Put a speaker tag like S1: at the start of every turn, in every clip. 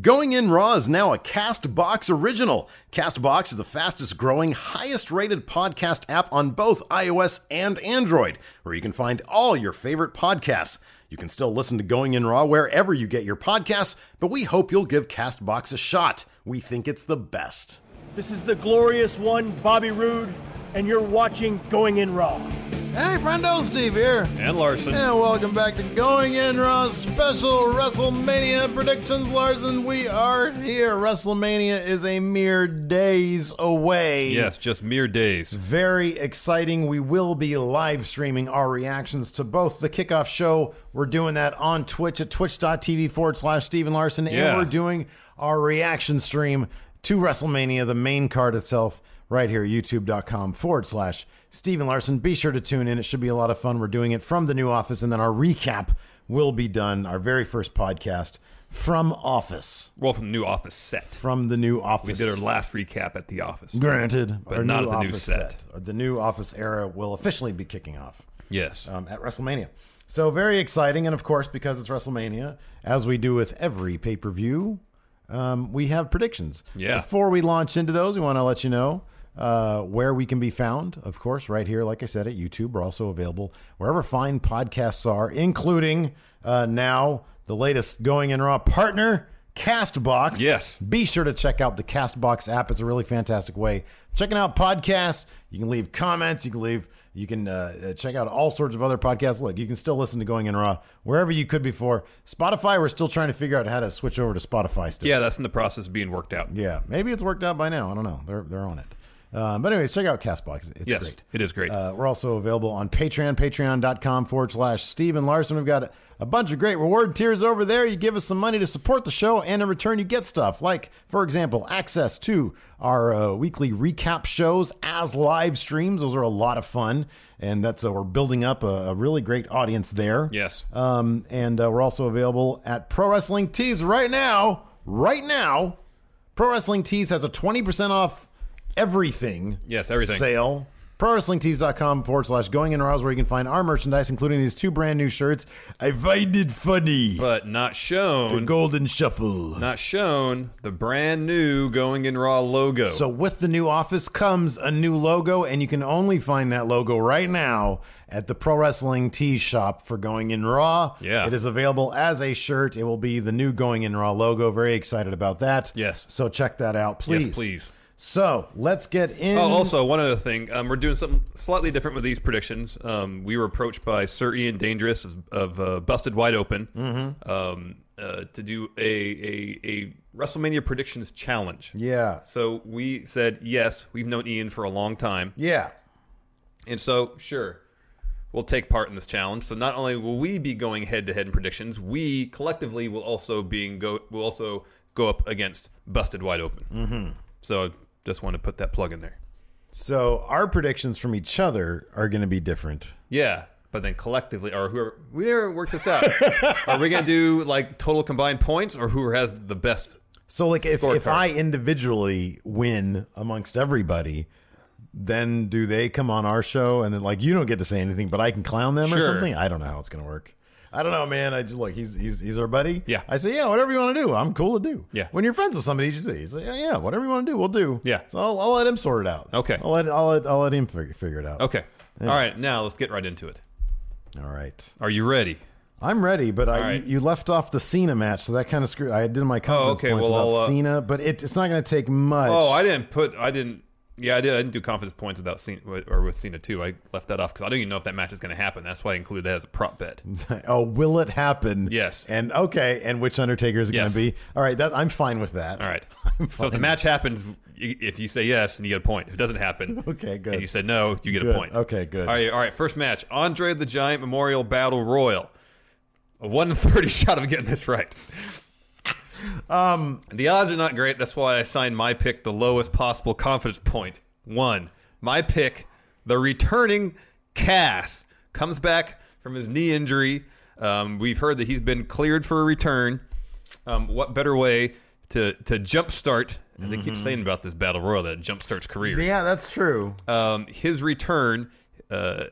S1: Going In Raw is now a Castbox original. Castbox is the fastest growing, highest rated podcast app on both iOS and Android, where you can find all your favorite podcasts. You can still listen to Going In Raw wherever you get your podcasts, but we hope you'll give Castbox a shot. We think it's the best.
S2: This is the glorious one, Bobby Roode, and you're watching Going In Raw.
S3: Hey, friendo, Steve here.
S4: And Larson.
S3: And welcome back to Going In Raw's special WrestleMania predictions, Larson. We are here. WrestleMania is a mere days away.
S4: Yes, just mere days.
S3: Very exciting. We will be live streaming our reactions to both the kickoff show. We're doing that on Twitch at twitch.tv forward slash Steven Larson.
S4: Yeah.
S3: And we're doing our reaction stream to WrestleMania, the main card itself right here, youtube.com forward slash Steven Larson. Be sure to tune in. It should be a lot of fun. We're doing it from the new office, and then our recap will be done, our very first podcast from office,
S4: Well, from new office set.
S3: from the new
S4: We
S3: office.
S4: did our last recap at the office.
S3: Granted,
S4: but
S3: our
S4: not
S3: new
S4: at the new
S3: office
S4: set.
S3: The new office era will officially be kicking off
S4: Yes.
S3: um, at WrestleMania. So very exciting, and of course, because it's WrestleMania, as we do with every pay per view, um, we have predictions.
S4: Yeah.
S3: Before we launch into those, we want to let you know uh, where we can be found. Of course, right here, like I said, at YouTube. We're also available wherever fine podcasts are, including uh, now the latest Going in Raw partner. Castbox.
S4: Yes.
S3: Be sure to check out the Castbox app. It's a really fantastic way. of Checking out podcasts. You can leave comments. You can leave. You can uh, uh, check out all sorts of other podcasts. Look, you can still listen to Going in Raw wherever you could before. Spotify, we're still trying to figure out how to switch over to Spotify still.
S4: yeah, that's in the process of being worked out.
S3: Yeah. Maybe it's worked out by now. I don't know. They're, they're on it. Uh, but anyways, check out Castbox. It's
S4: yes,
S3: great.
S4: it is great.
S3: Uh, we're also available on Patreon, patreon.com forward slash Steven Larson. We've got a, a bunch of great reward tiers over there. You give us some money to support the show, and in return, you get stuff like, for example, access to our uh, weekly recap shows as live streams. Those are a lot of fun, and that's uh, we're building up a, a really great audience there.
S4: yes.
S3: Um, and uh, we're also available at Pro Wrestling Tees right now. Right now, Pro Wrestling Tees has a 20% off everything.
S4: Yes, everything.
S3: Sale. ProWrestlingTees.com forward slash going in rows where you can find our merchandise, including these two brand new shirts. I find it funny.
S4: but not shown.
S3: Golden Shuffle.
S4: not shown. The brand new Going in Raw logo.
S3: So with the new office comes a new logo, and you can only find that logo right now at the Pro Wrestling Tee Shop for Going in Raw.
S4: Yeah.
S3: it is available as a shirt. It will be the new Going in Raw logo. Very excited about that.
S4: Yes.
S3: So check that out, please.
S4: Yes, please.
S3: So let's get in.
S4: Oh, also one other thing, um, we're doing something slightly different with these predictions. Um, we were approached by Sir Ian Dangerous of, of uh, Busted Wide Open
S3: Mm-hmm.
S4: um, uh, to do a, a a WrestleMania predictions challenge.
S3: yeah,
S4: So we said yes. We've known Ian for a long time,
S3: yeah,
S4: and so sure, we'll take part in this challenge. So not only will we be going head to head in predictions, we collectively will also being go will also go up against Busted Wide Open. Mm-hmm. So just want to put that plug in there.
S3: So our predictions from each other are going to be different.
S4: Yeah, but then collectively, or whoever we never worked this out. Are we gonna do like total combined points, or whoever has the best?
S3: So like if, if
S4: Scorecard.
S3: I individually win amongst everybody, then do they come on our show and then like you don't get to say anything, but I can clown them or
S4: Sure.
S3: something? I don't know how it's gonna work. I don't know, man. I just look. He's he's he's our buddy.
S4: Yeah.
S3: I say, yeah, whatever you want to do, I'm cool to do.
S4: Yeah.
S3: When you're friends with somebody, you just say, he's like, yeah, yeah, whatever you want to do, we'll do.
S4: Yeah.
S3: So I'll, I'll let him sort it out.
S4: Okay.
S3: I'll let I'll let I'll let him figure figure it out.
S4: Okay. All right. Now let's get right into it.
S3: All right.
S4: Are you ready?
S3: I'm ready, but I
S4: right.
S3: you left off the Cena match, so that kind of screwed. I did my confidence
S4: okay,
S3: points
S4: well,
S3: without
S4: I'll, uh,
S3: Cena, but it, it's not going to take much.
S4: Oh, I didn't put. I didn't. Yeah, I did. I didn't do confidence points without Cena or with Cena too. I left that off because I don't even know if that match is going to happen. That's why I included that as a prop bet.
S3: oh, will it happen?
S4: Yes.
S3: And okay, and which Undertaker is it going
S4: Yes.
S3: to be? All right, that I'm fine with that.
S4: All right. So if the match happens, y- if you say yes, and you get a point. If it doesn't happen,
S3: Okay, good.
S4: And you said no, you get
S3: Good.
S4: a point.
S3: Okay, good.
S4: All right. All right. First match: Andre the Giant Memorial Battle Royal. A one in thirty shot of getting this right. Um, the odds are not great. That's why I signed my pick the lowest possible confidence point. One. My pick, the returning Cass, comes back from his knee injury. Um, we've heard that he's been cleared for a return. Um, what better way to to jumpstart? As I keep saying about this battle royal, that jumpstarts careers
S3: Yeah, that's true.
S4: um, his return uh,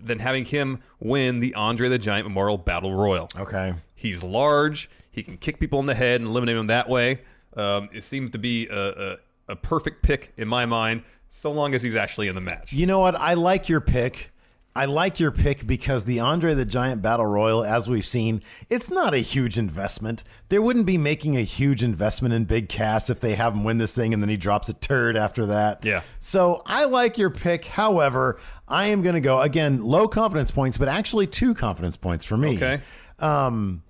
S4: than having him win the Andre the Giant Memorial Battle Royal.
S3: Okay.
S4: He's large. He can kick people in the head and eliminate them that way. Um, it seems to be a, a, a perfect pick in my mind, so long as he's actually in the match.
S3: You know what? I like your pick. I like your pick because the Andre the Giant Battle Royal, as we've seen, it's not a huge investment. They wouldn't be making a huge investment in Big Cass if they have him win this thing and then he drops a turd after that.
S4: Yeah.
S3: So I like your pick. However, I am going to go again low confidence points, but actually two confidence points for me.
S4: Okay.
S3: Um,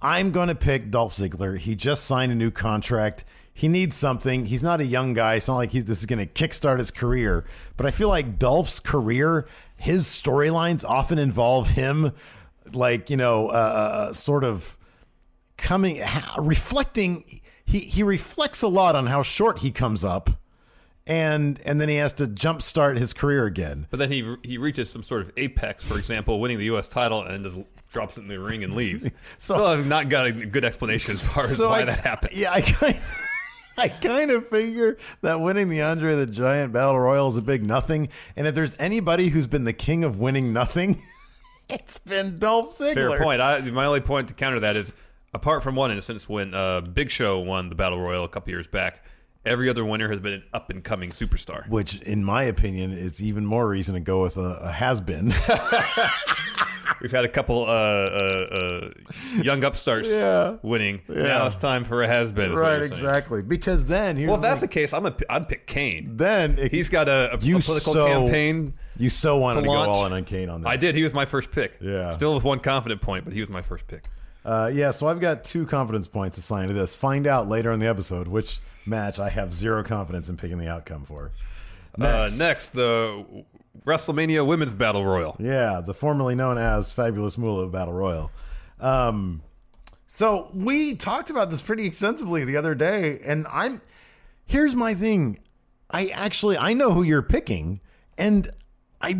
S3: I'm going to pick Dolph Ziggler. He just signed a new contract. He needs something. He's not a young guy. It's not like he's this is going to kickstart his career. But I feel like Dolph's career, his storylines often involve him, like you know, uh, sort of coming, ha- reflecting. He he reflects a lot on how short he comes up, and and then he has to jumpstart his career again.
S4: But then he he reaches some sort of apex, for example, winning the U.S. title and just drops it in the ring and leaves.
S3: So-
S4: So, I've not got a good explanation as far as why that happened.
S3: Yeah, I kind, I kind of figure that winning the Andre the Giant Battle Royal is a big nothing. And if there's anybody who's been the king of winning nothing, it's been Dolph Ziggler.
S4: Fair point. I, my only point to counter that is, apart from one instance when uh, Big Show won the Battle Royal a couple years back, every other winner has been an up and coming superstar.
S3: Which, in my opinion, is even more reason to go with a, a has been.
S4: We've had a couple uh, uh, uh, young upstarts
S3: Yeah.
S4: winning.
S3: Yeah.
S4: Now it's time for a has been. is what you're
S3: right,
S4: saying.
S3: exactly. Because then, here's
S4: Well, if that's
S3: the
S4: the case, I'm a, I'd pick Kane.
S3: then it-
S4: He's got a, a, a
S3: you
S4: political
S3: so-
S4: campaign.
S3: You so wanted to, go
S4: launch.
S3: all in on Kane on this.
S4: I did. He was my first pick.
S3: Yeah.
S4: Still with one confident point, but he was my first pick.
S3: Uh, yeah, so I've got two confidence points assigned to this. Find out later in the episode which match I have zero confidence in picking the outcome for.
S4: Next, uh, next the WrestleMania Women's Battle Royal.
S3: Yeah, the formerly known as Fabulous Moolah Battle Royal. Um, so we talked about this pretty extensively the other day, and I'm here's my thing. I actually I know who you're picking, and I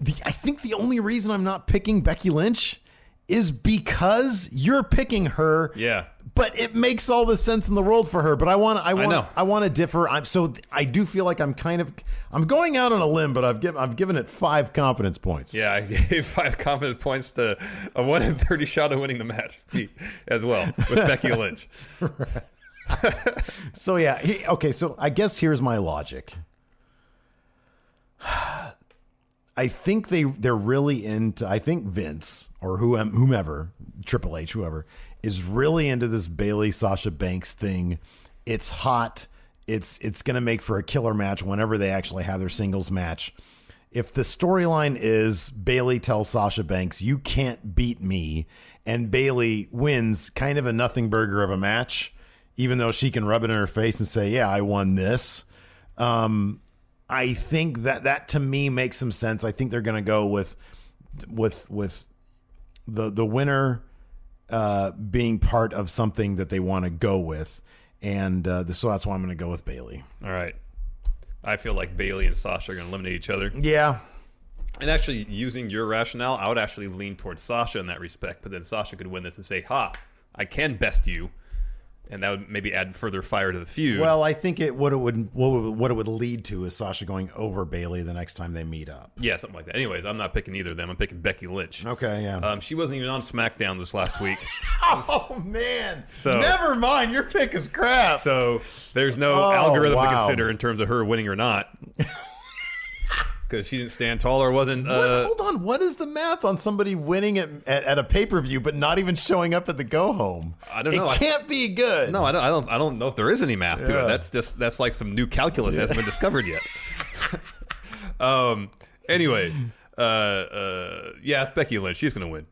S3: the, I think the only reason I'm not picking Becky Lynch is because you're picking her.
S4: Yeah.
S3: But it makes all the sense in the world for her. But I want to. I want.
S4: know.
S3: I want to differ. I'm so. th- I do feel like I'm kind of. I'm going out on a limb, but I've given. I've given it five confidence points.
S4: Yeah, I gave five confidence points to a one in thirty shot of winning the match as well with Becky Lynch.
S3: So yeah. He, okay. So I guess here's my logic. I think they they're really into. I think Vince or who whomever Triple H whoever is really into this Bailey Sasha Banks thing. It's hot. It's it's gonna make for a killer match whenever they actually have their singles match. If the storyline is Bailey tells Sasha Banks you can't beat me, and Bailey wins kind of a nothing burger of a match, even though she can rub it in her face and say yeah I won this. Um, I think that that to me makes some sense. I think they're going to go with with with the the winner uh, being part of something that they want to go with, and uh, so that's why I'm going to go with Bailey.
S4: All right, I feel like Bailey and Sasha are going to eliminate each other.
S3: Yeah,
S4: And actually, using your rationale, I would actually lean towards Sasha in that respect. But then Sasha could win this and say, "Ha, I can best you," and that would maybe add further fire to the feud.
S3: Well, I think it what it would what, would- what it would lead to is Sasha going over Bailey the next time they meet up.
S4: yeah, something like that. Anyways, I'm not picking either of them. I'm picking Becky Lynch.
S3: Okay, yeah.
S4: Um, she wasn't even on SmackDown this last week,
S3: oh man.
S4: So-
S3: never mind. Your pick is crap.
S4: so there's no
S3: Oh,
S4: algorithm to
S3: wow.
S4: consider in terms of her winning or not, because she didn't stand tall or wasn't.
S3: What-
S4: Uh,
S3: hold on. What is the math on somebody winning at, at, at a pay per view but not even showing up at the go home?
S4: I don't know.
S3: It
S4: I-
S3: can't be good.
S4: no, I don't, I don't. I don't know if there is any math to
S3: Yeah.
S4: it. That's just that's like some new calculus that hasn't been discovered yet. um. Anyway, uh, uh, yeah, it's Becky Lynch. She's gonna win.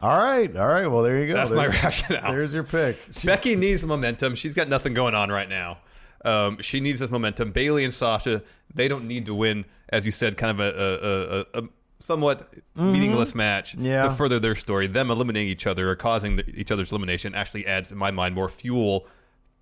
S3: All right. All right. Well, there you go.
S4: That's my
S3: There-
S4: rationale.
S3: There's your pick.
S4: Becky needs the momentum. She's got nothing going on right now. Um, she needs this momentum. Bailey and Sasha, they don't need to win, as you said, kind of a, a, a, a somewhat meaningless match
S3: Mm-hmm. Yeah.
S4: to further their story. Them eliminating each other or causing the, each other's elimination actually adds, in my mind, more fuel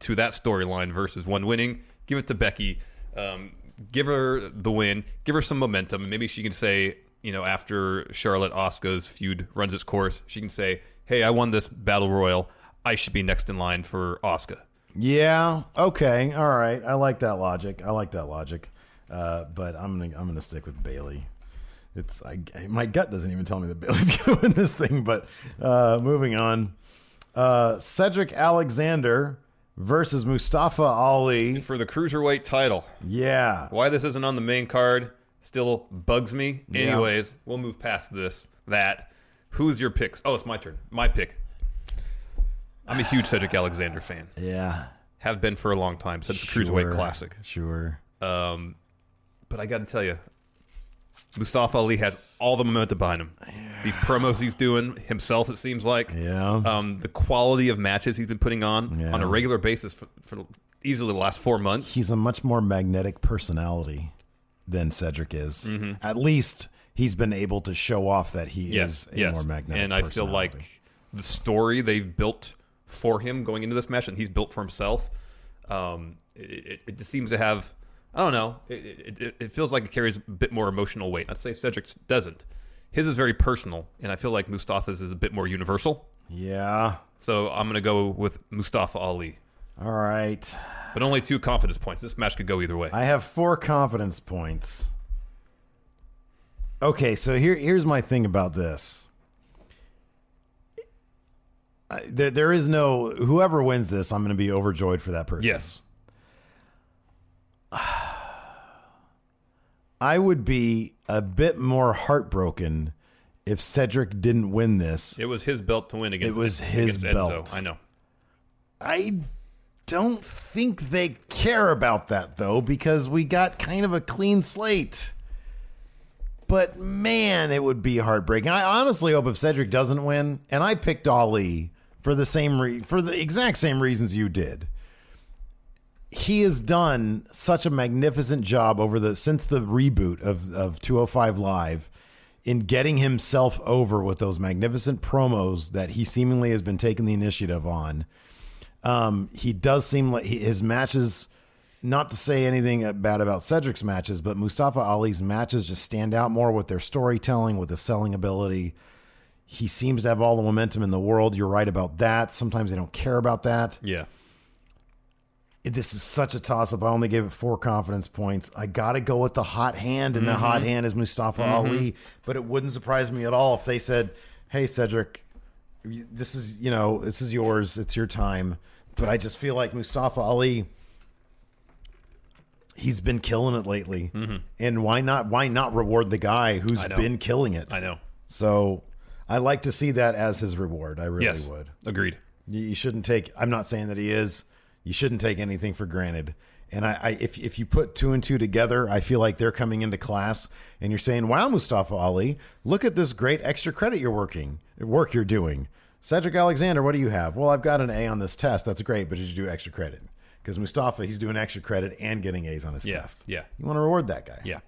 S4: to that storyline versus one winning. Give it to Becky. Um, give her the win. Give her some momentum. And maybe she can say, you know, after Charlotte Oscar's feud runs its course, she can say, hey, I won this battle royal. I should be next in line for Oscar.
S3: Yeah. Okay. All right. I like that logic. I like that logic. Uh, but I'm gonna I'm gonna stick with Bailey. It's I, my gut doesn't even tell me that Bailey's gonna win this thing. But uh, moving on, uh, Cedric Alexander versus Mustafa Ali.
S4: For the cruiserweight title.
S3: Yeah.
S4: Why this isn't on the main card still bugs me. Anyways, we'll move past this. That. Who's your picks? Oh, it's my turn. My pick. I'm a huge Cedric Alexander fan.
S3: Yeah.
S4: Have been for a long time since the
S3: Sure.
S4: Cruiserweight Classic.
S3: Sure.
S4: Um, but I got to tell you, Mustafa Ali has all the momentum behind him. These promos he's doing himself, it seems like.
S3: Yeah.
S4: Um, the quality of matches he's been putting on
S3: Yeah.
S4: on a regular basis for, for easily the last four months.
S3: he's a much more magnetic personality than Cedric is.
S4: Mm-hmm.
S3: At least he's been able to show off that he
S4: yes,
S3: is a
S4: yes.
S3: more magnetic.
S4: and I feel like
S3: personality.
S4: the story they've built for him going into this match, and he's built for himself. Um, it, it, it just seems to have, I don't know, it, it, it, it feels like it carries a bit more emotional weight. I'd say Cedric's doesn't. His is very personal, and I feel like Mustafa's is a bit more universal.
S3: yeah.
S4: So I'm going to go with Mustafa Ali,
S3: All right.
S4: but only two confidence points. This match could go either way.
S3: I have four confidence points. Okay, so here here's my thing about this. I- There, there is no whoever wins this. I'm going to be overjoyed for that person.
S4: yes.
S3: I would be a bit more heartbroken if Cedric didn't win this.
S4: It was his belt to win against.
S3: It was his
S4: against Enzo.
S3: belt.
S4: I know.
S3: I don't think they care about that though, because we got kind of a clean slate. But man, it would be heartbreaking. I honestly hope if Cedric doesn't win, and I picked Ali for the same re- for the exact same reasons you did. He has done such a magnificent job over the since the reboot of of 205 Live in getting himself over with those magnificent promos that he seemingly has been taking the initiative on. Um, he does seem like he, his matches. Not to say anything bad about Cedric's matches, but Mustafa Ali's matches just stand out more with their storytelling, with his selling ability. He seems to have all the momentum in the world. You're right about that. Sometimes they don't care about that.
S4: Yeah.
S3: This is such a toss up. I only gave it four confidence points. I got to go with the hot hand, and the hot
S4: Mm-hmm.
S3: hand is Mustafa Ali. But it wouldn't surprise me at all if they said, "Hey, Cedric, this is you know this is yours. It's your time." But I just feel like Mustafa Ali. He's been killing it lately, and why not? Why not reward the guy who's
S4: Mm-hmm. know.
S3: been killing it?
S4: I know.
S3: So, I like to see that as his reward. I really
S4: Yes.
S3: would.
S4: Agreed.
S3: You, you shouldn't take. I'm not saying that he is. You shouldn't take anything for granted. And I, I, if if you put two and two together, I feel like they're coming into class, and you're saying, "Wow, Mustafa Ali, look at this great extra credit you're working, work you're doing." Cedric Alexander, what do you have? Well, I've got an A on this test. That's great, but did you do extra credit? Because Mustafa, he's doing extra credit and getting A's on his
S4: Yeah,
S3: test.
S4: yeah.
S3: You want to reward that guy.
S4: Yeah.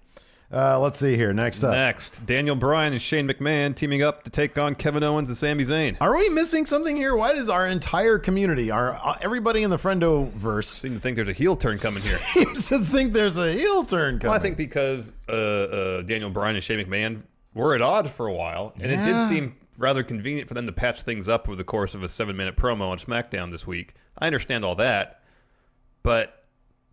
S3: Uh, let's see here. Next up.
S4: Next, Daniel Bryan and Shane McMahon teaming up to take on Kevin Owens and Sami Zayn. I
S3: Are we missing something here? Why does our entire community, our uh, everybody in the friendo verse,
S4: seem to think there's a heel turn coming here.
S3: seems to think there's a heel turn coming.
S4: Well, I think because uh, uh, Daniel Bryan and Shane McMahon were at odds for a while, and it
S3: Yeah.
S4: did seem rather convenient for them to patch things up over the course of a seven minute promo on SmackDown this week. I understand all that, but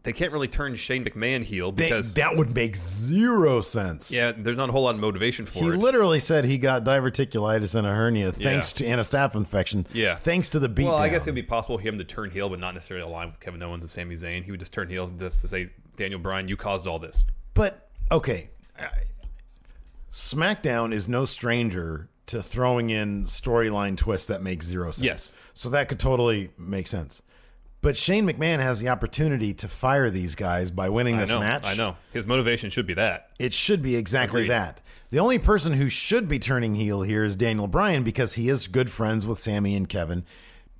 S4: they can't really turn Shane McMahon heel
S3: They-
S4: because
S3: that would make zero sense.
S4: yeah, there's not a whole lot of motivation for
S3: He
S4: it.
S3: literally said he got diverticulitis and a hernia thanks to and a staph infection.
S4: Yeah.
S3: Thanks to the beatdown.
S4: well, I guess it'd be possible for him to turn heel, but not necessarily align with Kevin Owens and Sami Zayn. He would just turn heel just to say, Daniel Bryan, you caused all this.
S3: But okay, I- SmackDown is no stranger to throwing in storyline twists that make zero sense.
S4: Yes.
S3: so that could totally make sense. But Shane McMahon has the opportunity to fire these guys by winning this
S4: I know,
S3: match.
S4: I know. His motivation should be that.
S3: It should be exactly
S4: Agreed.
S3: that. The only person who should be turning heel here is Daniel Bryan because he is good friends with Sammy and Kevin.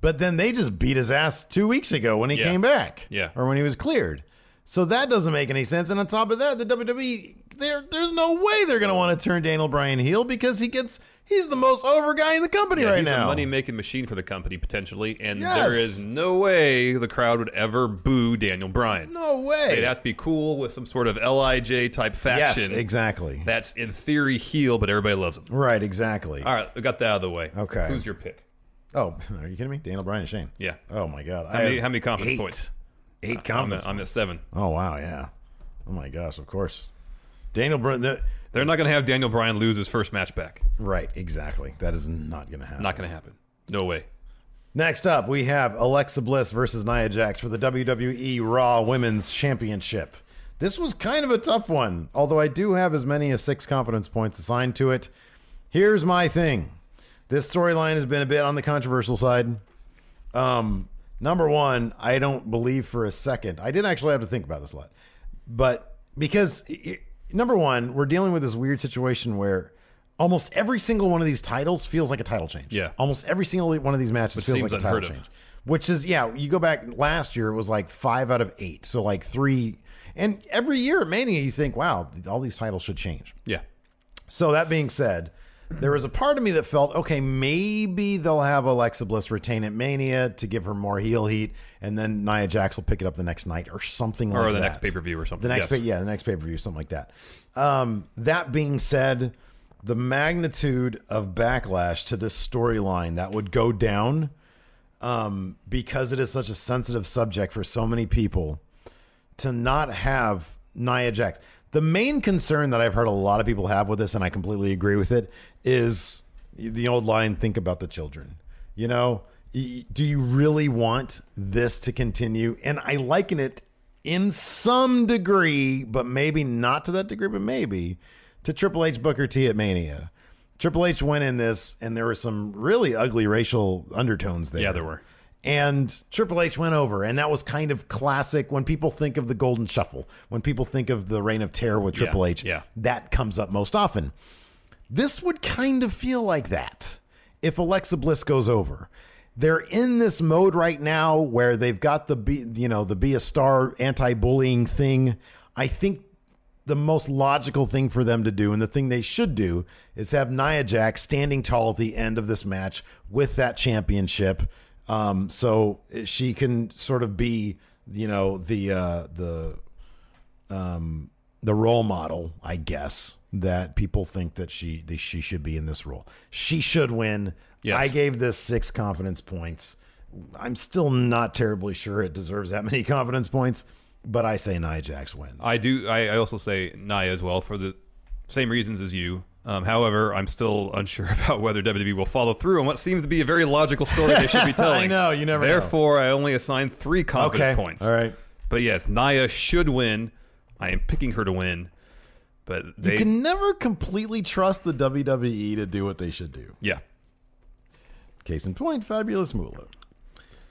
S3: But then they just beat his ass two weeks ago when he
S4: Yeah.
S3: came back.
S4: Yeah.
S3: Or when he was cleared. So that doesn't make any sense. And on top of that, the WWE, there, there's no way they're going to want to turn Daniel Bryan heel because he gets, he's the most over guy in the company
S4: Yeah,
S3: right
S4: he's
S3: now.
S4: a money making machine for the company potentially, and
S3: Yes.
S4: there is no way the crowd would ever boo Daniel Bryan.
S3: no way.
S4: They'd have to be cool with some sort of Lij type
S3: yes,
S4: faction.
S3: exactly.
S4: That's in theory heel, but everybody loves him.
S3: right, exactly.
S4: All right, we got that out of the way.
S3: Okay.
S4: who's your pick?
S3: Oh, are you kidding me? Daniel Bryan and Shane.
S4: Yeah.
S3: Oh, my God.
S4: How many, how many conference
S3: eight.
S4: points? Uh,
S3: Eight
S4: I'm
S3: confidence
S4: at, I'm at seven.
S3: Oh wow, yeah. Oh my gosh, of course. Daniel Bryan. that-
S4: They're not going to have Daniel Bryan lose his first match back.
S3: Right, exactly. That is not going to happen.
S4: Not going to happen. No way.
S3: Next up, we have Alexa Bliss versus Nia Jax for the WWE Raw Women's Championship. This was kind of a tough one, although I do have as many as six confidence points assigned to it. Here's my thing this storyline has been a bit on the controversial side. Um, number one, I don't believe for a second. I didn't actually have to think about this a lot, but because it- number one, we're dealing with this weird situation where almost every single one of these titles feels like a title change.
S4: Yeah.
S3: almost every single one of these matches feels
S4: seems
S3: like a title
S4: unheard of.
S3: change. Which is yeah, you go back last year, it was like five out of eight, so like three. And every year at Mania, you think, wow, all these titles should change.
S4: Yeah.
S3: So that being said, there was a part of me that felt, okay, maybe they'll have Alexa Bliss retain at Mania to give her more heel heat, and then Nia Jax will pick it up the next night or something like
S4: Or
S3: that.
S4: the next pay-per-view or something,
S3: The next
S4: yes.
S3: pay- yeah, the next pay per view, something like that. Um, that being said, the magnitude of backlash to this storyline that would go down um, because it is such a sensitive subject for so many people to not have Nia Jax. The main concern that I've heard a lot of people have with this, and I completely agree with it, is the old line think about the children. You know, y- do you really want this to continue? And I liken it in some degree, but maybe not to that degree, but maybe to Triple H Booker T at Mania. Triple H went in this, and there were some really ugly racial undertones there.
S4: Yeah, there were.
S3: And Triple H went over, and that was kind of classic. When people think of the Golden Shuffle, when people think of the Reign of Terror with Triple H,
S4: yeah.
S3: that comes up most often. This would kind of feel like that if Alexa Bliss goes over. They're in this mode right now where they've got the be, you know the be a star anti-bullying thing. I think the most logical thing for them to do and the thing they should do is have Nia Jax standing tall at the end of this match with that championship. Um, so she can sort of be, you know, the uh, the um, the role model, I guess, that people think that she that she should be in this role. She should win.
S4: Yes.
S3: I gave this six confidence points. I'm still not terribly sure it deserves that many confidence points, but I say Nia Jax wins.
S4: I do. I, I also say Nia as well for the same reasons as you. Um, however, I'm still unsure about whether WWE will follow through on what seems to be a very logical story they should be telling.
S3: I know, you never know.
S4: Therefore, I only assign three confidence
S3: okay.
S4: points.
S3: All right.
S4: But yes, Nia should win. I am picking her to win. But they
S3: You can never completely trust the WWE to do what they should do.
S4: yeah.
S3: Case in point, Fabulous Moolah.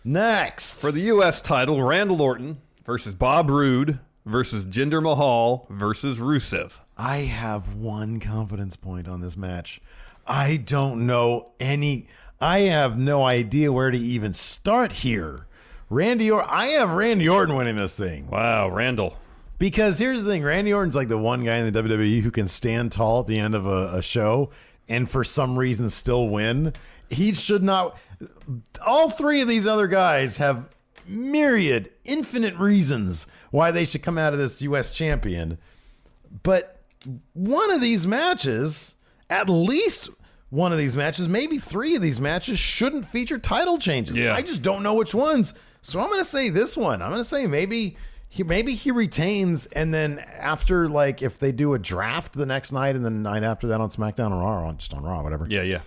S3: Next.
S4: For the US title, Randall Orton versus Bob Roode versus Jinder Mahal versus Rusev.
S3: I have one confidence point on this match. I don't know any. I have no idea where to even start here. Randy or I have Randy Orton winning this thing.
S4: Wow, Randall.
S3: Because here's the thing, Randy Orton's like the one guy in the WWE who can stand tall at the end of a, a show and for some reason still win. He should not. All three of these other guys have myriad, infinite reasons why they should come out of this U.S. champion. But one of these matches, at least one of these matches, maybe three of these matches, shouldn't feature title changes.
S4: Yeah.
S3: I just don't know which ones. So I'm gonna say this one. I'm gonna say maybe he maybe he retains, and then after like if they do a draft the next night, and then the night after that on SmackDown or Raw, or on just on Raw, whatever.
S4: Yeah, yeah.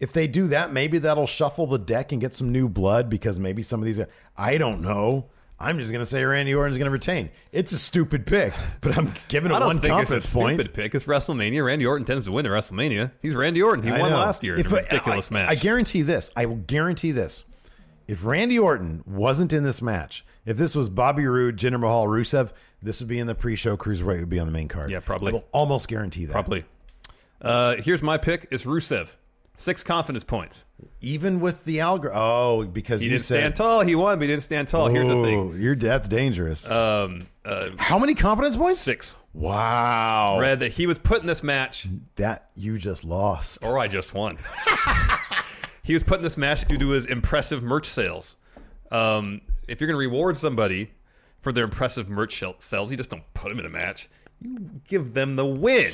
S3: If they do that, maybe that'll shuffle the deck and get some new blood because maybe some of these. I don't know. I'm just gonna say Randy Orton's gonna retain. It's a stupid pick, but I'm giving it
S4: I don't
S3: one
S4: think
S3: confidence
S4: it's a
S3: point.
S4: stupid pick. It's WrestleMania. Randy Orton tends to win at WrestleMania. He's Randy Orton. He
S3: I
S4: won
S3: know.
S4: last year
S3: If
S4: in
S3: I-
S4: a ridiculous
S3: I,
S4: match.
S3: I guarantee this. I will guarantee this. If Randy Orton wasn't in this match, if this was Bobby Roode, Jinder Mahal, Rusev, this would be in the pre-show. Cruiserweight would be on the main card.
S4: Yeah, probably.
S3: I will almost guarantee that.
S4: Probably. Uh, here's my pick. It's Rusev. Six confidence points.
S3: Even with the algor. Oh, because
S4: He
S3: you
S4: didn't
S3: said.
S4: stand tall. He won, but he didn't stand tall. Here's the thing.
S3: "Ooh, Your that's dangerous.
S4: Um, uh,
S3: How many confidence points?
S4: six.
S3: Wow.
S4: Read that he was put in this match,
S3: That you just lost.
S4: or I just won. he was put in this match due to his impressive merch sales. Um, if you're going to reward somebody for their impressive merch shel- sales, you just don't put them in a match. You give them the win.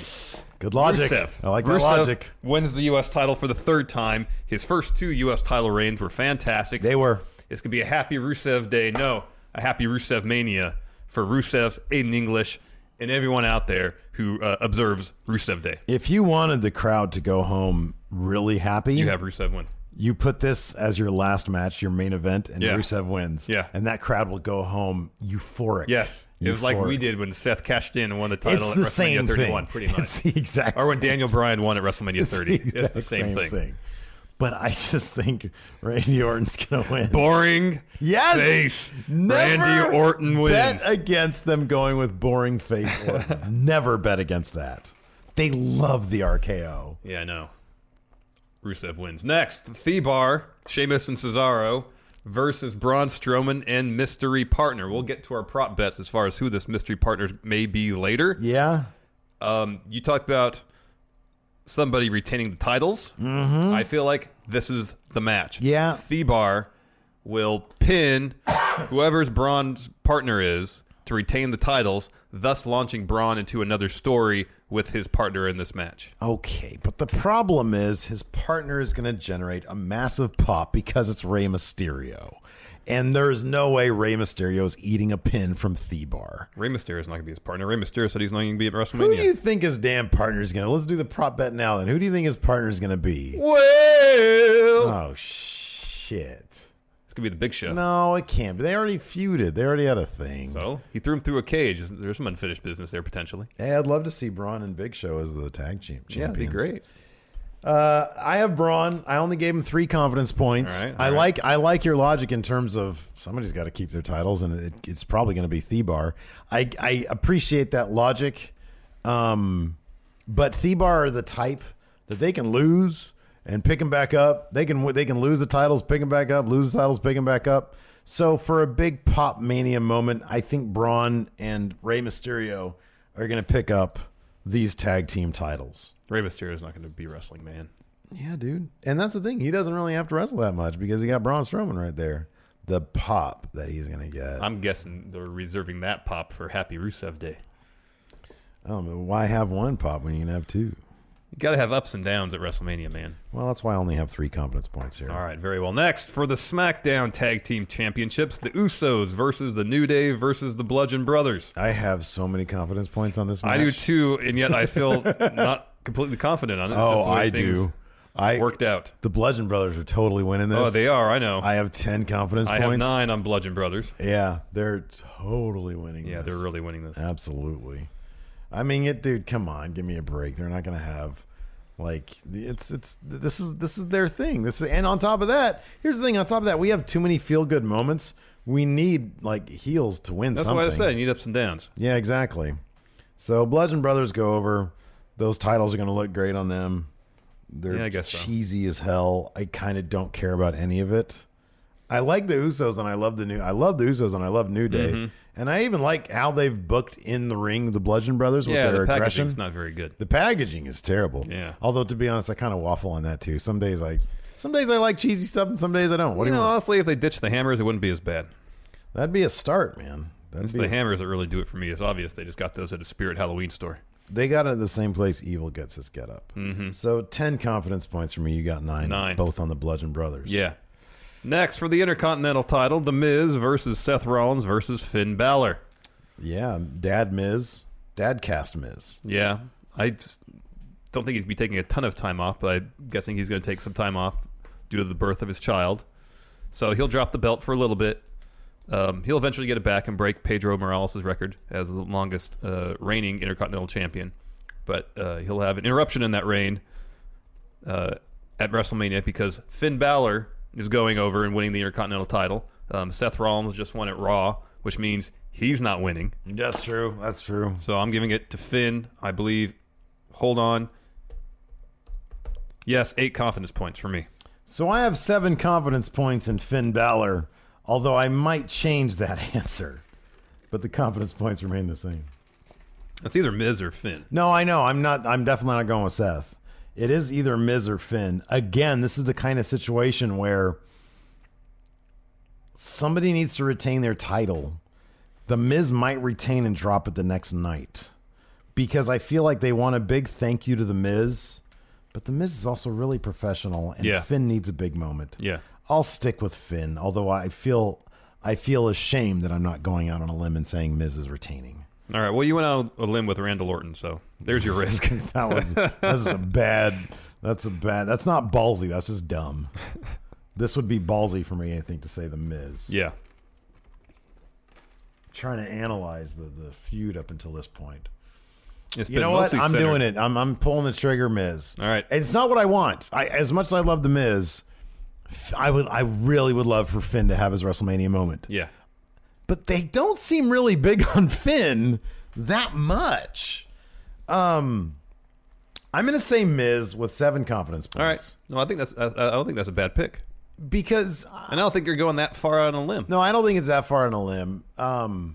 S3: Good logic.
S4: Rusev.
S3: I like that
S4: Rusev
S3: logic.
S4: Wins the U.S. title for the third time. His first two U.S. title reigns were fantastic.
S3: They were.
S4: It's gonna be a happy Rusev day. No, a happy Rusev mania for Rusev, Aiden English, and everyone out there who uh, observes Rusev Day.
S3: If you wanted the crowd to go home really happy,
S4: You have Rusev win.
S3: you put this as your last match, your main event, and
S4: Yeah.
S3: Rusev wins.
S4: Yeah.
S3: and that crowd will go home euphoric.
S4: Yes, it was like we
S3: Euphoric.
S4: did when Seth cashed in and won the title
S3: It's
S4: at
S3: the
S4: WrestleMania
S3: same
S4: 31,
S3: thing.
S4: pretty much.
S3: It's the exact.
S4: or when Daniel Bryan won at WrestleMania
S3: it's
S4: 30. It's the,
S3: exact
S4: same, thing.
S3: But I just think Randy Orton's gonna win.
S4: Boring.
S3: yes,
S4: Face.
S3: Never
S4: Randy Orton wins.
S3: Bet against them going with boring face. Orton. Never bet against that. They love the RKO.
S4: Yeah, I know. Rusev wins. Next, the Bar, Sheamus and Cesaro versus Braun Strowman and mystery partner. We'll get to our prop bets as far as who this mystery partner may be later.
S3: Yeah,
S4: Um, you talked about somebody retaining the titles. Mm-hmm. I feel like this is the match.
S3: Yeah.
S4: The Bar will pin whoever's Braun's partner is to retain the titles, thus launching Braun into another story with his partner in this match.
S3: Okay, but the problem is his partner is going to generate a massive pop because it's Rey Mysterio. And there's no way Rey Mysterio is eating a pin from Thebar.
S4: Rey Mysterio is not going to be his partner. Rey Mysterio said he's not going to be at
S3: Who
S4: WrestleMania.
S3: do you think his damn partner is going to? Let's do the prop bet now then. Who do you think his partner is going to be?
S4: well,
S3: Oh, shit.
S4: Ah. it's going to be the Big Show.
S3: No, it can't. be. They already feuded. They already had a thing.
S4: So he threw him through a cage. There's some unfinished business there potentially.
S3: Hey, I'd love to see Braun and Big Show as the tag champ- champions.
S4: Yeah, that'd be great.
S3: Uh, I have Braun. I only gave him three confidence points.
S4: All right, all
S3: I
S4: right.
S3: like I like your logic in terms of somebody's got to keep their titles, and it, it's probably going to be Thebar. I I appreciate that logic, um, but Thebar are the type that they can lose and pick them back up. They can they can lose the titles, pick them back up, lose the titles, pick them back up. So for a big pop mania moment, I think Braun and Rey Mysterio are going to pick up these tag team titles.
S4: Rey Mysterio is not going to be wrestling man.
S3: Yeah, dude. And that's the thing. He doesn't really have to wrestle that much because he got Braun Strowman right there. The pop that he's going to get.
S4: I'm guessing they're reserving that pop for Happy Rusev Day.
S3: I don't know. Why have one pop when you can have two?
S4: You got to have ups and downs at WrestleMania, man.
S3: Well, that's why I only have three confidence points here.
S4: All right, very well. Next, for the SmackDown Tag Team Championships, the Usos versus the New Day versus the Bludgeon Brothers.
S3: I have so many confidence points on this match.
S4: I do too, and yet I feel not completely confident on it. It's
S3: Oh,
S4: just the way
S3: I
S4: things
S3: do. I
S4: Worked out.
S3: The Bludgeon Brothers are totally winning this.
S4: Oh, they are. I know.
S3: I have 10 confidence
S4: I
S3: points.
S4: have nine on Bludgeon Brothers.
S3: Yeah, they're totally winning
S4: Yeah,
S3: this.
S4: they're really winning
S3: Uh,
S4: this.
S3: Absolutely. I mean, it, dude. Come on, give me a break. They're not going to have like it's it's this is this is their thing. This is, and on top of that, here's the thing. On top of that, we have too many feel good moments. We need like heels to win.
S4: That's
S3: something.
S4: what I said. You need ups and downs.
S3: Yeah, exactly. So Bludgeon Brothers go over. Those titles are going to look great on them. They're
S4: Yeah, I guess so.
S3: cheesy as hell. I kind of don't care about any of it. I like the Usos and I love the new. I love the Usos and I love New Day.
S4: Mm-hmm.
S3: And I even like how they've booked in the ring the Bludgeon Brothers with
S4: yeah,
S3: their
S4: the
S3: aggression.
S4: packaging's not very good.
S3: the packaging is terrible.
S4: Yeah.
S3: Although to be honest, I kind of waffle on that too. Some days I, some days I like cheesy stuff and some days I don't. What
S4: You
S3: do you
S4: know,
S3: want?
S4: honestly, if they ditched the hammers, it wouldn't be as bad.
S3: That'd be a start, man. That'd
S4: It's
S3: be
S4: the
S3: a-
S4: hammers that really do it for me. It's obvious they just got those at a Spirit Halloween store.
S3: They got it at the same place Evil gets his get up. Mm-hmm. So 10 confidence points for me. You got nine,
S4: Nine.
S3: both on the Bludgeon Brothers.
S4: Yeah. Next for the Intercontinental title, The Miz versus Seth Rollins versus Finn Balor.
S3: Yeah. Dad Miz. Dad cast Miz.
S4: Yeah, I just don't think he'd be taking a ton of time off, but I'm guessing he's going to take some time off due to the birth of his child. So he'll drop the belt for a little bit. Um, he'll eventually get it back and break Pedro Morales' record as the longest uh, reigning Intercontinental Champion. But uh, he'll have an interruption in that reign uh, at WrestleMania because Finn Balor is going over and winning the Intercontinental title. Um, Seth Rollins just won at Raw, which means he's not winning.
S3: That's true. That's true.
S4: So I'm giving it to Finn. I believe. Hold on. Yes, eight confidence points for me.
S3: So I have seven confidence points in Finn Balor, although I might change that answer. But the confidence points remain the same.
S4: That's either Miz or Finn.
S3: No, I know. I'm not. I'm definitely not going with Seth. It is either Miz or Finn. Again, this is the kind of situation where somebody needs to retain their title. The Miz might retain and drop it the next night because I feel like they want a big thank you to the Miz, but the Miz is also really professional, and
S4: Yeah.
S3: Finn needs a big moment.
S4: Yeah.
S3: I'll stick with Finn, although I feel I feel ashamed that I'm not going out on a limb and saying Miz is retaining.
S4: All right. Well, you went out on a limb with Randall Orton, so there's your risk.
S3: That was that's a bad. That's a bad. That's not ballsy. That's just dumb. This would be ballsy for me, I think, to say the Miz.
S4: yeah.
S3: Trying to analyze the the feud up until this point.
S4: It's
S3: You know what? I'm doing it. I'm I'm pulling the trigger, Miz.
S4: All right.
S3: It's not what I want. I as much as I love the Miz, f- I would I really would love for Finn to have his WrestleMania moment.
S4: Yeah.
S3: but they don't seem really big on Finn that much. Um, I'm going to say Miz with seven confidence points.
S4: All right. No, I think that's. I, I don't think that's a bad pick,
S3: Because, uh,
S4: and I don't think you're going that far out on a limb.
S3: no, I don't think it's that far on a limb. Um,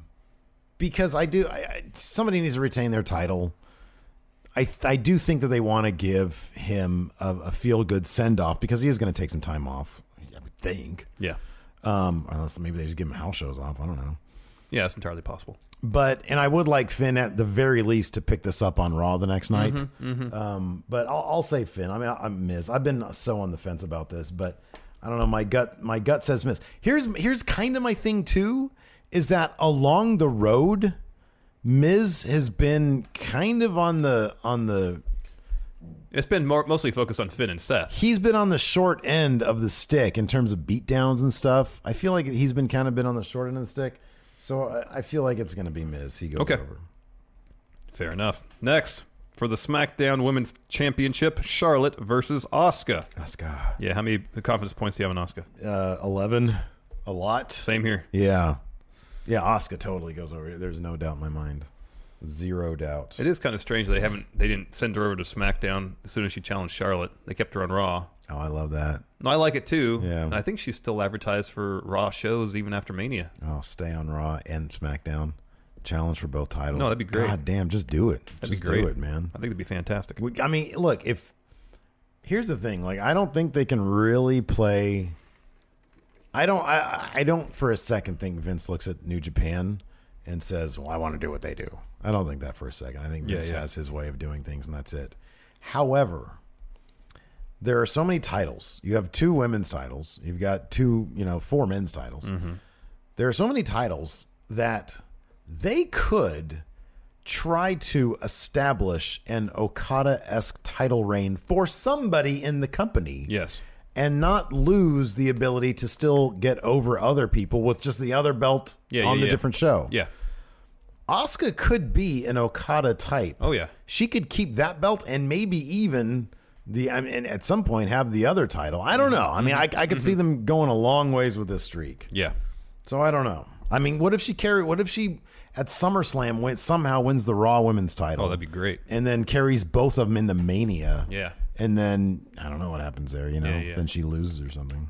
S3: because I do, I, I, somebody needs to retain their title. I, I do think that they want to give him a, a feel good send off because he is going to take some time off, I would think.
S4: Yeah.
S3: Um, unless maybe they just give him house shows off. I don't know.
S4: Yeah, it's entirely possible.
S3: but and I would like Finn at the very least to pick this up on Raw the next night. Um, but I'll, I'll say Finn. I mean, I- I'm Miz. I've been so on the fence about this, but I don't know. My gut, my gut says Miz. Here's here's kind of my thing too, is that along the road, Miz has been kind of on the on the
S4: It's been more, mostly focused on Finn and Seth.
S3: he's been on the short end of the stick in terms of beatdowns and stuff. I feel like he's been kind of been on the short end of the stick. So I, I feel like it's going to be Miz. He goes
S4: Okay.
S3: over.
S4: Fair enough. Next for the SmackDown Women's Championship, Charlotte versus Oscar.
S3: Asuka.
S4: Yeah, how many confidence points do you have in Oscar?
S3: uh, 11 a lot
S4: Same here.
S3: yeah yeah oscar totally goes over it. there's no doubt in my mind zero doubt
S4: It is kind of strange they haven't they didn't send her over to SmackDown as soon as she challenged Charlotte. They kept her on Raw.
S3: oh i love that
S4: No, I like it too.
S3: Yeah.
S4: And I think she's still advertised for Raw shows even after Mania.
S3: oh stay on raw and smackdown challenge for both titles
S4: No, that'd be great.
S3: god damn just do it
S4: That'd
S3: just
S4: be great,
S3: do it man
S4: I think it'd be fantastic.
S3: We- I mean, look, if here's the thing, like I don't think they can really play. I don't. I, I don't for a second think Vince looks at New Japan and says, "Well, I want to do what they do." I don't think that for a second. I think
S4: Yeah,
S3: Vince
S4: yeah.
S3: has his way of doing things, and that's it. However, there are so many titles. You have two women's titles. You've got two, you know, four men's titles. There are so many titles that they could try to establish an Okada esque title reign for somebody in the company
S4: Yes.
S3: and not lose the ability to still get over other people with just the other belt
S4: Yeah,
S3: on
S4: yeah,
S3: the
S4: yeah.
S3: different show.
S4: Yeah.
S3: Asuka could be an Okada type.
S4: Oh yeah.
S3: She could keep that belt and maybe even the I mean, and at some point have the other title. I don't know. I mean, I,
S4: Mm-hmm.
S3: I could see them going a long ways with this streak.
S4: Yeah.
S3: So I don't know. I mean, what if she carry? What if she at SummerSlam went, somehow wins the Raw Women's title?
S4: Oh, that'd be great.
S3: and then carries both of them into Mania.
S4: Yeah.
S3: And then I don't know what happens there. You know,
S4: Yeah, yeah.
S3: then she loses or something.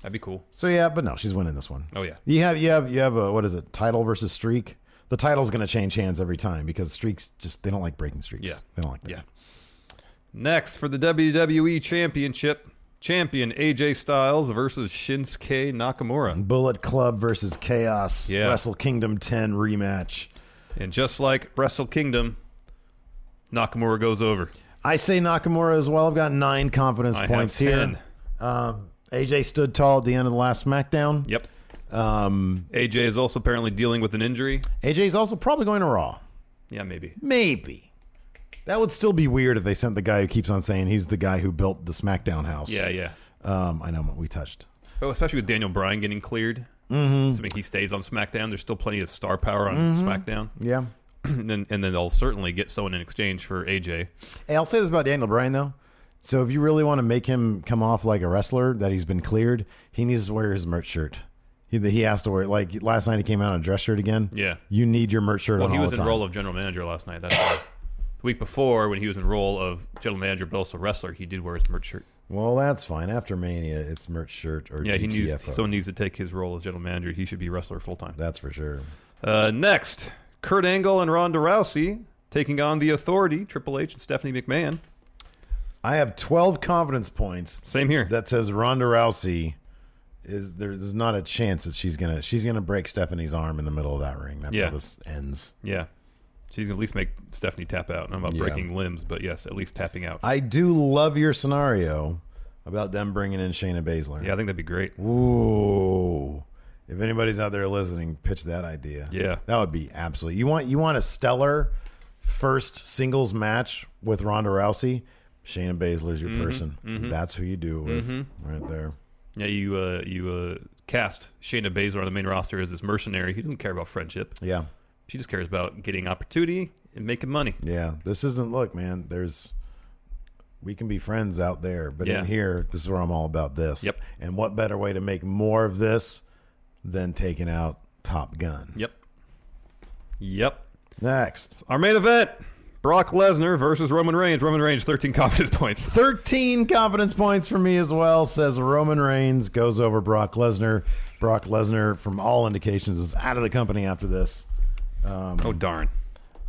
S4: That'd be cool.
S3: So yeah, but no, she's winning this one.
S4: Oh yeah.
S3: You have you have you have a what is it? Title versus streak. The title's going to change hands every time because streaks just they don't like breaking streaks.
S4: Yeah.
S3: they don't like that.
S4: Yeah. Next for the WWE Championship, champion AJ Styles versus Shinsuke Nakamura.
S3: Bullet Club versus Chaos
S4: Yeah.
S3: Wrestle Kingdom 10 rematch.
S4: And just like Wrestle Kingdom, Nakamura goes over.
S3: I say Nakamura as well. I've got nine confidence
S4: I have
S3: points
S4: 10.
S3: here. Um, AJ stood tall at the end of the last SmackDown.
S4: Yep.
S3: Um,
S4: AJ is also apparently dealing with an injury.
S3: AJ's also probably going to Raw.
S4: Yeah, maybe.
S3: Maybe. That would still be weird if they sent the guy who keeps on saying he's the guy who built the SmackDown house.
S4: Yeah, yeah.
S3: Um, I know what we touched.
S4: Oh, especially with Daniel Bryan getting cleared. So, I mean, he stays on SmackDown. There's still plenty of star power on SmackDown.
S3: Yeah.
S4: and then and then they'll certainly get someone in exchange for AJ.
S3: Hey, I'll say this about Daniel Bryan though. So if you really want to make him come off like a wrestler that he's been cleared, he needs to wear his merch shirt. He, he has to wear like last night he came out in a dress shirt again.
S4: Yeah.
S3: you need your merch shirt.
S4: Well,
S3: on
S4: he
S3: all
S4: was
S3: the
S4: in
S3: time.
S4: role of general manager last night. That's why. The week before, when he was in role of general manager but also wrestler, he did wear his merch shirt.
S3: Well, that's fine. After Mania, it's merch shirt or
S4: Yeah, he needs
S3: GTFO.
S4: someone needs to take his role as general manager. He should be wrestler full time.
S3: That's for sure.
S4: Uh, next, Kurt Angle and Ronda Rousey taking on the Authority, Triple H and Stephanie McMahon.
S3: I have twelve confidence points
S4: Same here.
S3: that says Ronda Rousey is there's not a chance that she's gonna she's gonna break Stephanie's arm in the middle of that ring. That's
S4: Yeah.
S3: how this ends.
S4: yeah, she's gonna at least make Stephanie tap out. Not about
S3: Yeah.
S4: breaking limbs, but yes, at least tapping out.
S3: I do love your scenario about them bringing in Shayna Baszler.
S4: yeah, I think that'd be great.
S3: Ooh. If anybody's out there listening, pitch that idea.
S4: Yeah.
S3: That would be absolutely. You want you want a stellar first singles match with Ronda Rousey. Shayna Baszler's
S4: Mm-hmm.
S3: your person. That's who you do it with right there.
S4: Yeah, you uh, you uh, cast Shayna Baszler on the main roster as this mercenary. He doesn't care about friendship.
S3: Yeah.
S4: She just cares about getting opportunity and making money.
S3: Yeah. This isn't look, man. There's we can be friends out there, but
S4: Yeah.
S3: in here, this is where I'm all about this.
S4: Yep.
S3: And what better way to make more of this than taking out Top Gun?
S4: Yep. Yep.
S3: Next.
S4: Our main event: Brock Lesnar versus Roman Reigns. Roman Reigns, thirteen confidence points.
S3: 13 confidence points for me as well, says Roman Reigns goes over Brock Lesnar. Brock Lesnar, from all indications, is out of the company after this.
S4: Oh darn.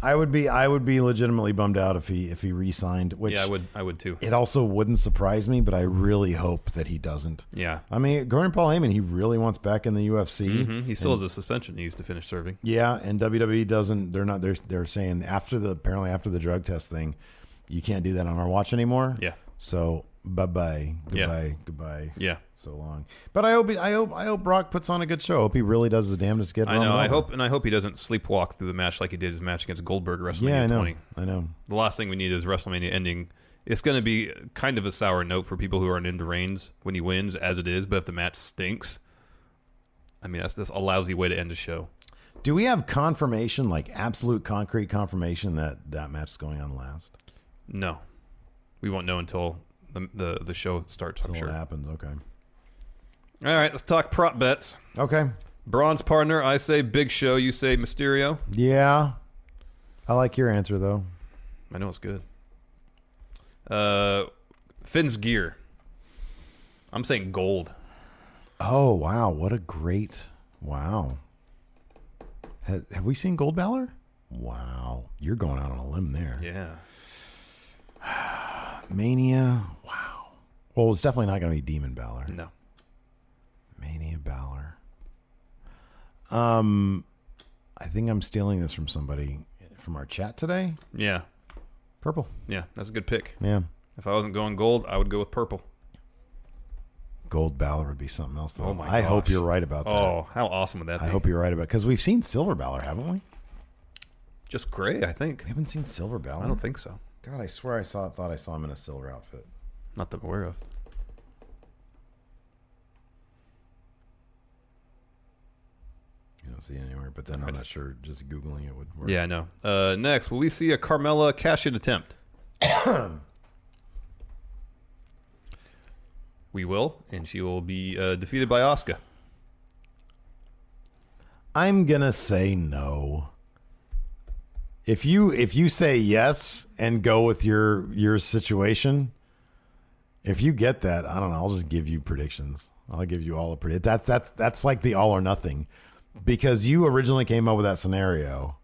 S3: I would be I would be legitimately bummed out if he if he re-signed, which
S4: Yeah, I would. I would too.
S3: it also wouldn't surprise me, but I really hope that he doesn't.
S4: Yeah.
S3: I mean, according to Paul Heyman, he really wants back in the UFC.
S4: Mhm. He still has a suspension he needs to finish serving.
S3: Yeah, and WWE doesn't. They're not. They're they're saying after the apparently after the drug test thing, you can't do that on our watch anymore.
S4: Yeah.
S3: So bye bye
S4: Yeah.
S3: goodbye goodbye.
S4: Yeah.
S3: So long. But I hope I hope I hope Brock puts on a good show. I hope he really does his damnedest to get.
S4: I
S3: Roman
S4: know. I
S3: over.
S4: hope, and I hope he doesn't sleepwalk through the match like he did his match against Goldberg at WrestleMania
S3: Yeah, I know.
S4: 20.
S3: I know.
S4: The last thing we need is WrestleMania ending. It's going to be kind of a sour note for people who aren't into Reigns when he wins, as it is. But if the match stinks, I mean, that's that's a lousy way to end a show.
S3: Do we have confirmation, like absolute concrete confirmation that that match is going on last?
S4: No, we won't know until the the, the show starts. I'm
S3: Until
S4: sure.
S3: it
S4: All
S3: happens. Okay.
S4: right, let's talk prop bets.
S3: Okay.
S4: Bronze partner, I say Big Show. You say Mysterio.
S3: Yeah. I like your answer though.
S4: I know it's good. Uh, Finn's gear. I'm saying gold.
S3: Oh wow! What a great wow. Have, have we seen Gold Balor? Wow, you're going out on a limb there.
S4: Yeah.
S3: Mania. Wow. Well, it's definitely not going to be Demon Balor.
S4: No.
S3: Mania Balor. Um, I think I'm stealing this from somebody from our chat today.
S4: Yeah.
S3: Purple.
S4: Yeah. That's a good pick.
S3: Yeah.
S4: If I wasn't going gold, I would go with purple.
S3: Gold Balor would be something else though.
S4: Oh, my
S3: I hope
S4: gosh.
S3: you're right about that.
S4: Oh, how awesome would that
S3: I
S4: be?
S3: hope you're right about because we've seen Silver Balor, haven't we?
S4: Just gray, I think.
S3: We haven't seen Silver Balor.
S4: I don't think so.
S3: God, I swear I saw thought I saw him in a silver outfit.
S4: Not that I'm aware of.
S3: You don't see it anywhere, but then I'm not sure. Just googling it would work.
S4: Yeah, I know. Uh, next, will we see a Carmella cash in attempt? we will, and she will be uh, defeated by Asuka.
S3: I'm gonna say no. If you if you say yes and go with your your situation, if you get that, I don't know. I'll just give you predictions. I'll give you all a predict. That's that's that's like the all or nothing, because you originally came up with that scenario.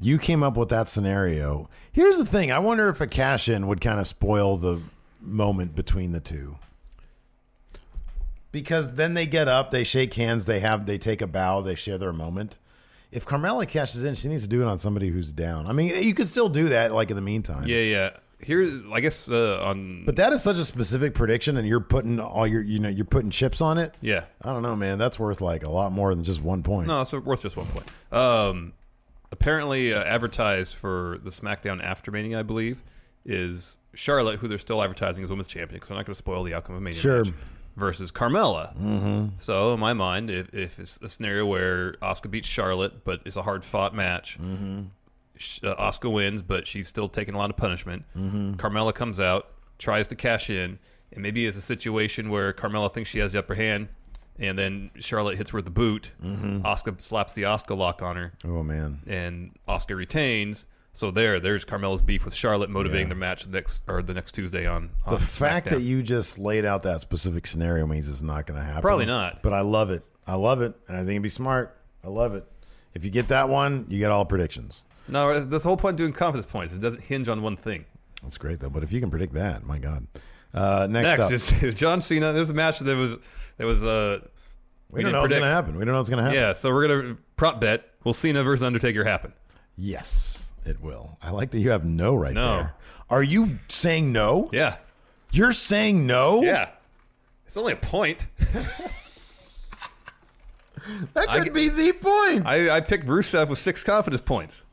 S3: You came up with that scenario. Here's the thing. I wonder if a cash in would kind of spoil the moment between the two because then they get up, they shake hands, they have, they take a bow, they share their moment. If Carmella cashes in, she needs to do it on somebody who's down. I mean, you could still do that, like in the meantime.
S4: Yeah, yeah. Here, I guess uh, on
S3: But that is such a specific prediction, and you're putting all your, you know, you're putting chips on it.
S4: yeah.
S3: I don't know, man. That's worth like a lot more than just one point.
S4: No, it's worth just one point. Um, apparently, uh, advertised for the SmackDown after Mania, I believe, is Charlotte, who they're still advertising as women's champion. So I'm not going to spoil the outcome of Mania.
S3: Sure.
S4: match, versus Carmella. Mm-hmm. So in my mind, if, if it's a scenario where Oscar beats Charlotte, but it's a hard fought match. sh- Uh, Oscar wins, but she's still taking a lot of punishment. Carmella comes out, tries to cash in, and maybe it's a situation where Carmella thinks she has the upper hand, and then Charlotte hits her with the boot. Oscar slaps the Oscar lock on her,
S3: Oh man.
S4: and Oscar retains. So there, there's Carmella's beef with Charlotte motivating the match next or the next Tuesday on. on
S3: The fact
S4: SmackDown.
S3: that you just laid out that specific scenario means it's not going to happen.
S4: Probably not.
S3: But I love it. I love it, and I think it'd be smart. I love it. If you get that one, you get all predictions.
S4: no, that's- that's the whole point of doing confidence points. It doesn't hinge on one thing.
S3: That's great though. But if you can predict that, my God. Uh, next,
S4: Next
S3: up,
S4: is is John Cena. There's a match that was that was uh
S3: we don't
S4: didn't
S3: know what's
S4: predict.
S3: going to happen. We don't know what's going to happen.
S4: yeah. So we're gonna prop bet. Will Cena versus Undertaker happen?
S3: Yes, it will. I like that you have no right
S4: No.
S3: there. Are you saying no?
S4: Yeah,
S3: You're saying no?
S4: yeah. It's only a point.
S3: That
S4: I
S3: could
S4: get-
S3: be the point.
S4: I, I picked Rusev with six confidence points.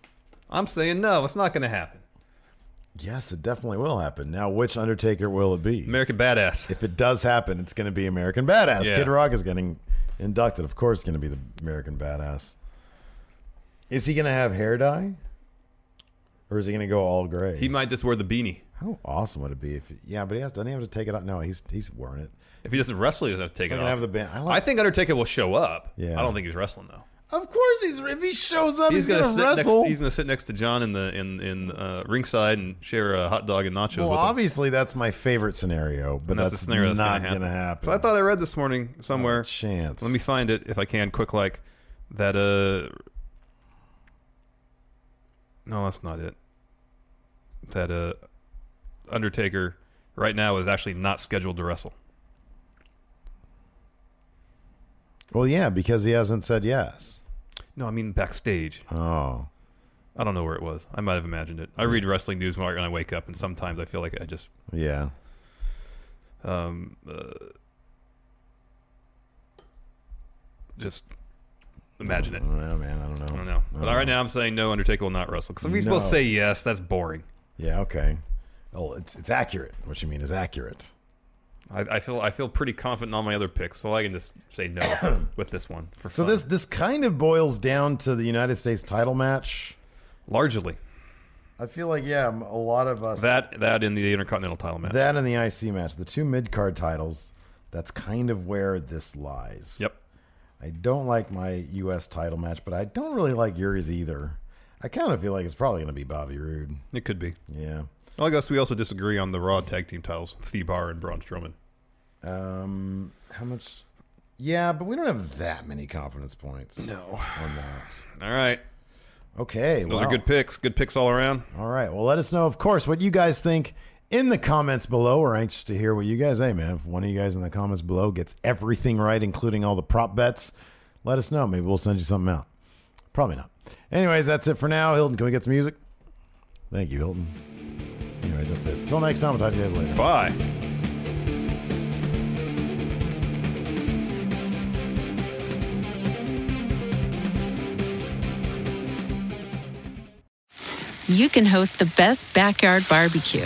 S4: I'm saying no. It's not gonna happen.
S3: yes, it definitely will happen. Now, which Undertaker will it be?
S4: American Badass.
S3: if it does happen, it's going to be American Badass.
S4: Yeah.
S3: Kid Rock is getting inducted. Of course, it's going to be the American Badass. Is he going to have hair dye? Or is he going to go all gray?
S4: He might just wear the beanie.
S3: How awesome would it be if? Yeah, but he has, doesn't he have to take it out? No, he's he's wearing it.
S4: If he doesn't wrestle, he doesn't have to take
S3: He's
S4: it
S3: gonna
S4: off.
S3: have the band. I,
S4: I
S3: like,
S4: think Undertaker will show up.
S3: Yeah.
S4: I don't think he's wrestling though.
S3: of course he's. If he shows up, he's, going to
S4: sit
S3: wrestle.
S4: Next, he's gonna sit next to John in the in in uh, ringside and share a hot dog and nachos
S3: well,
S4: with him.
S3: obviously that's my favorite scenario, but
S4: And that's,
S3: that's,
S4: the scenario that's
S3: not
S4: gonna happen.
S3: going to happen. Oh,
S4: So I thought I read this morning somewhere.
S3: chance.
S4: Let me find it if I can, quick like that. Uh, no, that's not it. That uh, Undertaker right now is actually not scheduled to wrestle.
S3: Well, yeah, because he hasn't said yes.
S4: No, I mean backstage.
S3: Oh,
S4: I don't know where it was. I might have imagined it. I read wrestling news when I, when I wake up, and sometimes I feel like I just
S3: yeah.
S4: um, uh, just imagine it.
S3: I don't know, man. I don't know.
S4: I don't know. But right now, I'm saying no. Undertaker will not wrestle. Because if he's
S3: No.
S4: supposed to say yes, that's boring.
S3: Yeah, okay. Well, it's it's accurate. What you mean is accurate.
S4: I, I feel I feel pretty confident on my other picks, so I can just say no with this one. For
S3: So
S4: fun.
S3: this this kind of boils down to the United States title match.
S4: largely
S3: I feel like yeah, m- a lot of us
S4: that that in the Intercontinental title match.
S3: that and the IC match, the two mid card titles. That's kind of where this lies.
S4: yep.
S3: I don't like my U.S. title match, but I don't really like yours either. I kind of feel like it's probably going to be Bobby Roode.
S4: It could be.
S3: Yeah.
S4: Well, I guess we also disagree on the Raw tag team titles, T Bar and Braun Strowman.
S3: Um, how much? Yeah, but we don't have that many confidence points. No. On that.
S4: All right,
S3: Okay.
S4: those are good picks. Good picks all around.
S3: All right. Well, let us know, of course, what you guys think in the comments below. We're anxious to hear what you guys. Hey, man, if one of you guys in the comments below gets everything right, including all the prop bets, let us know. Maybe we'll send you something out. Probably not. Anyways, that's it for now. Hilton, can we get some music? Thank you, Hilton. Anyways, that's it. Till next time, we'll talk to you guys later.
S4: Bye.
S5: you can host the best backyard barbecue.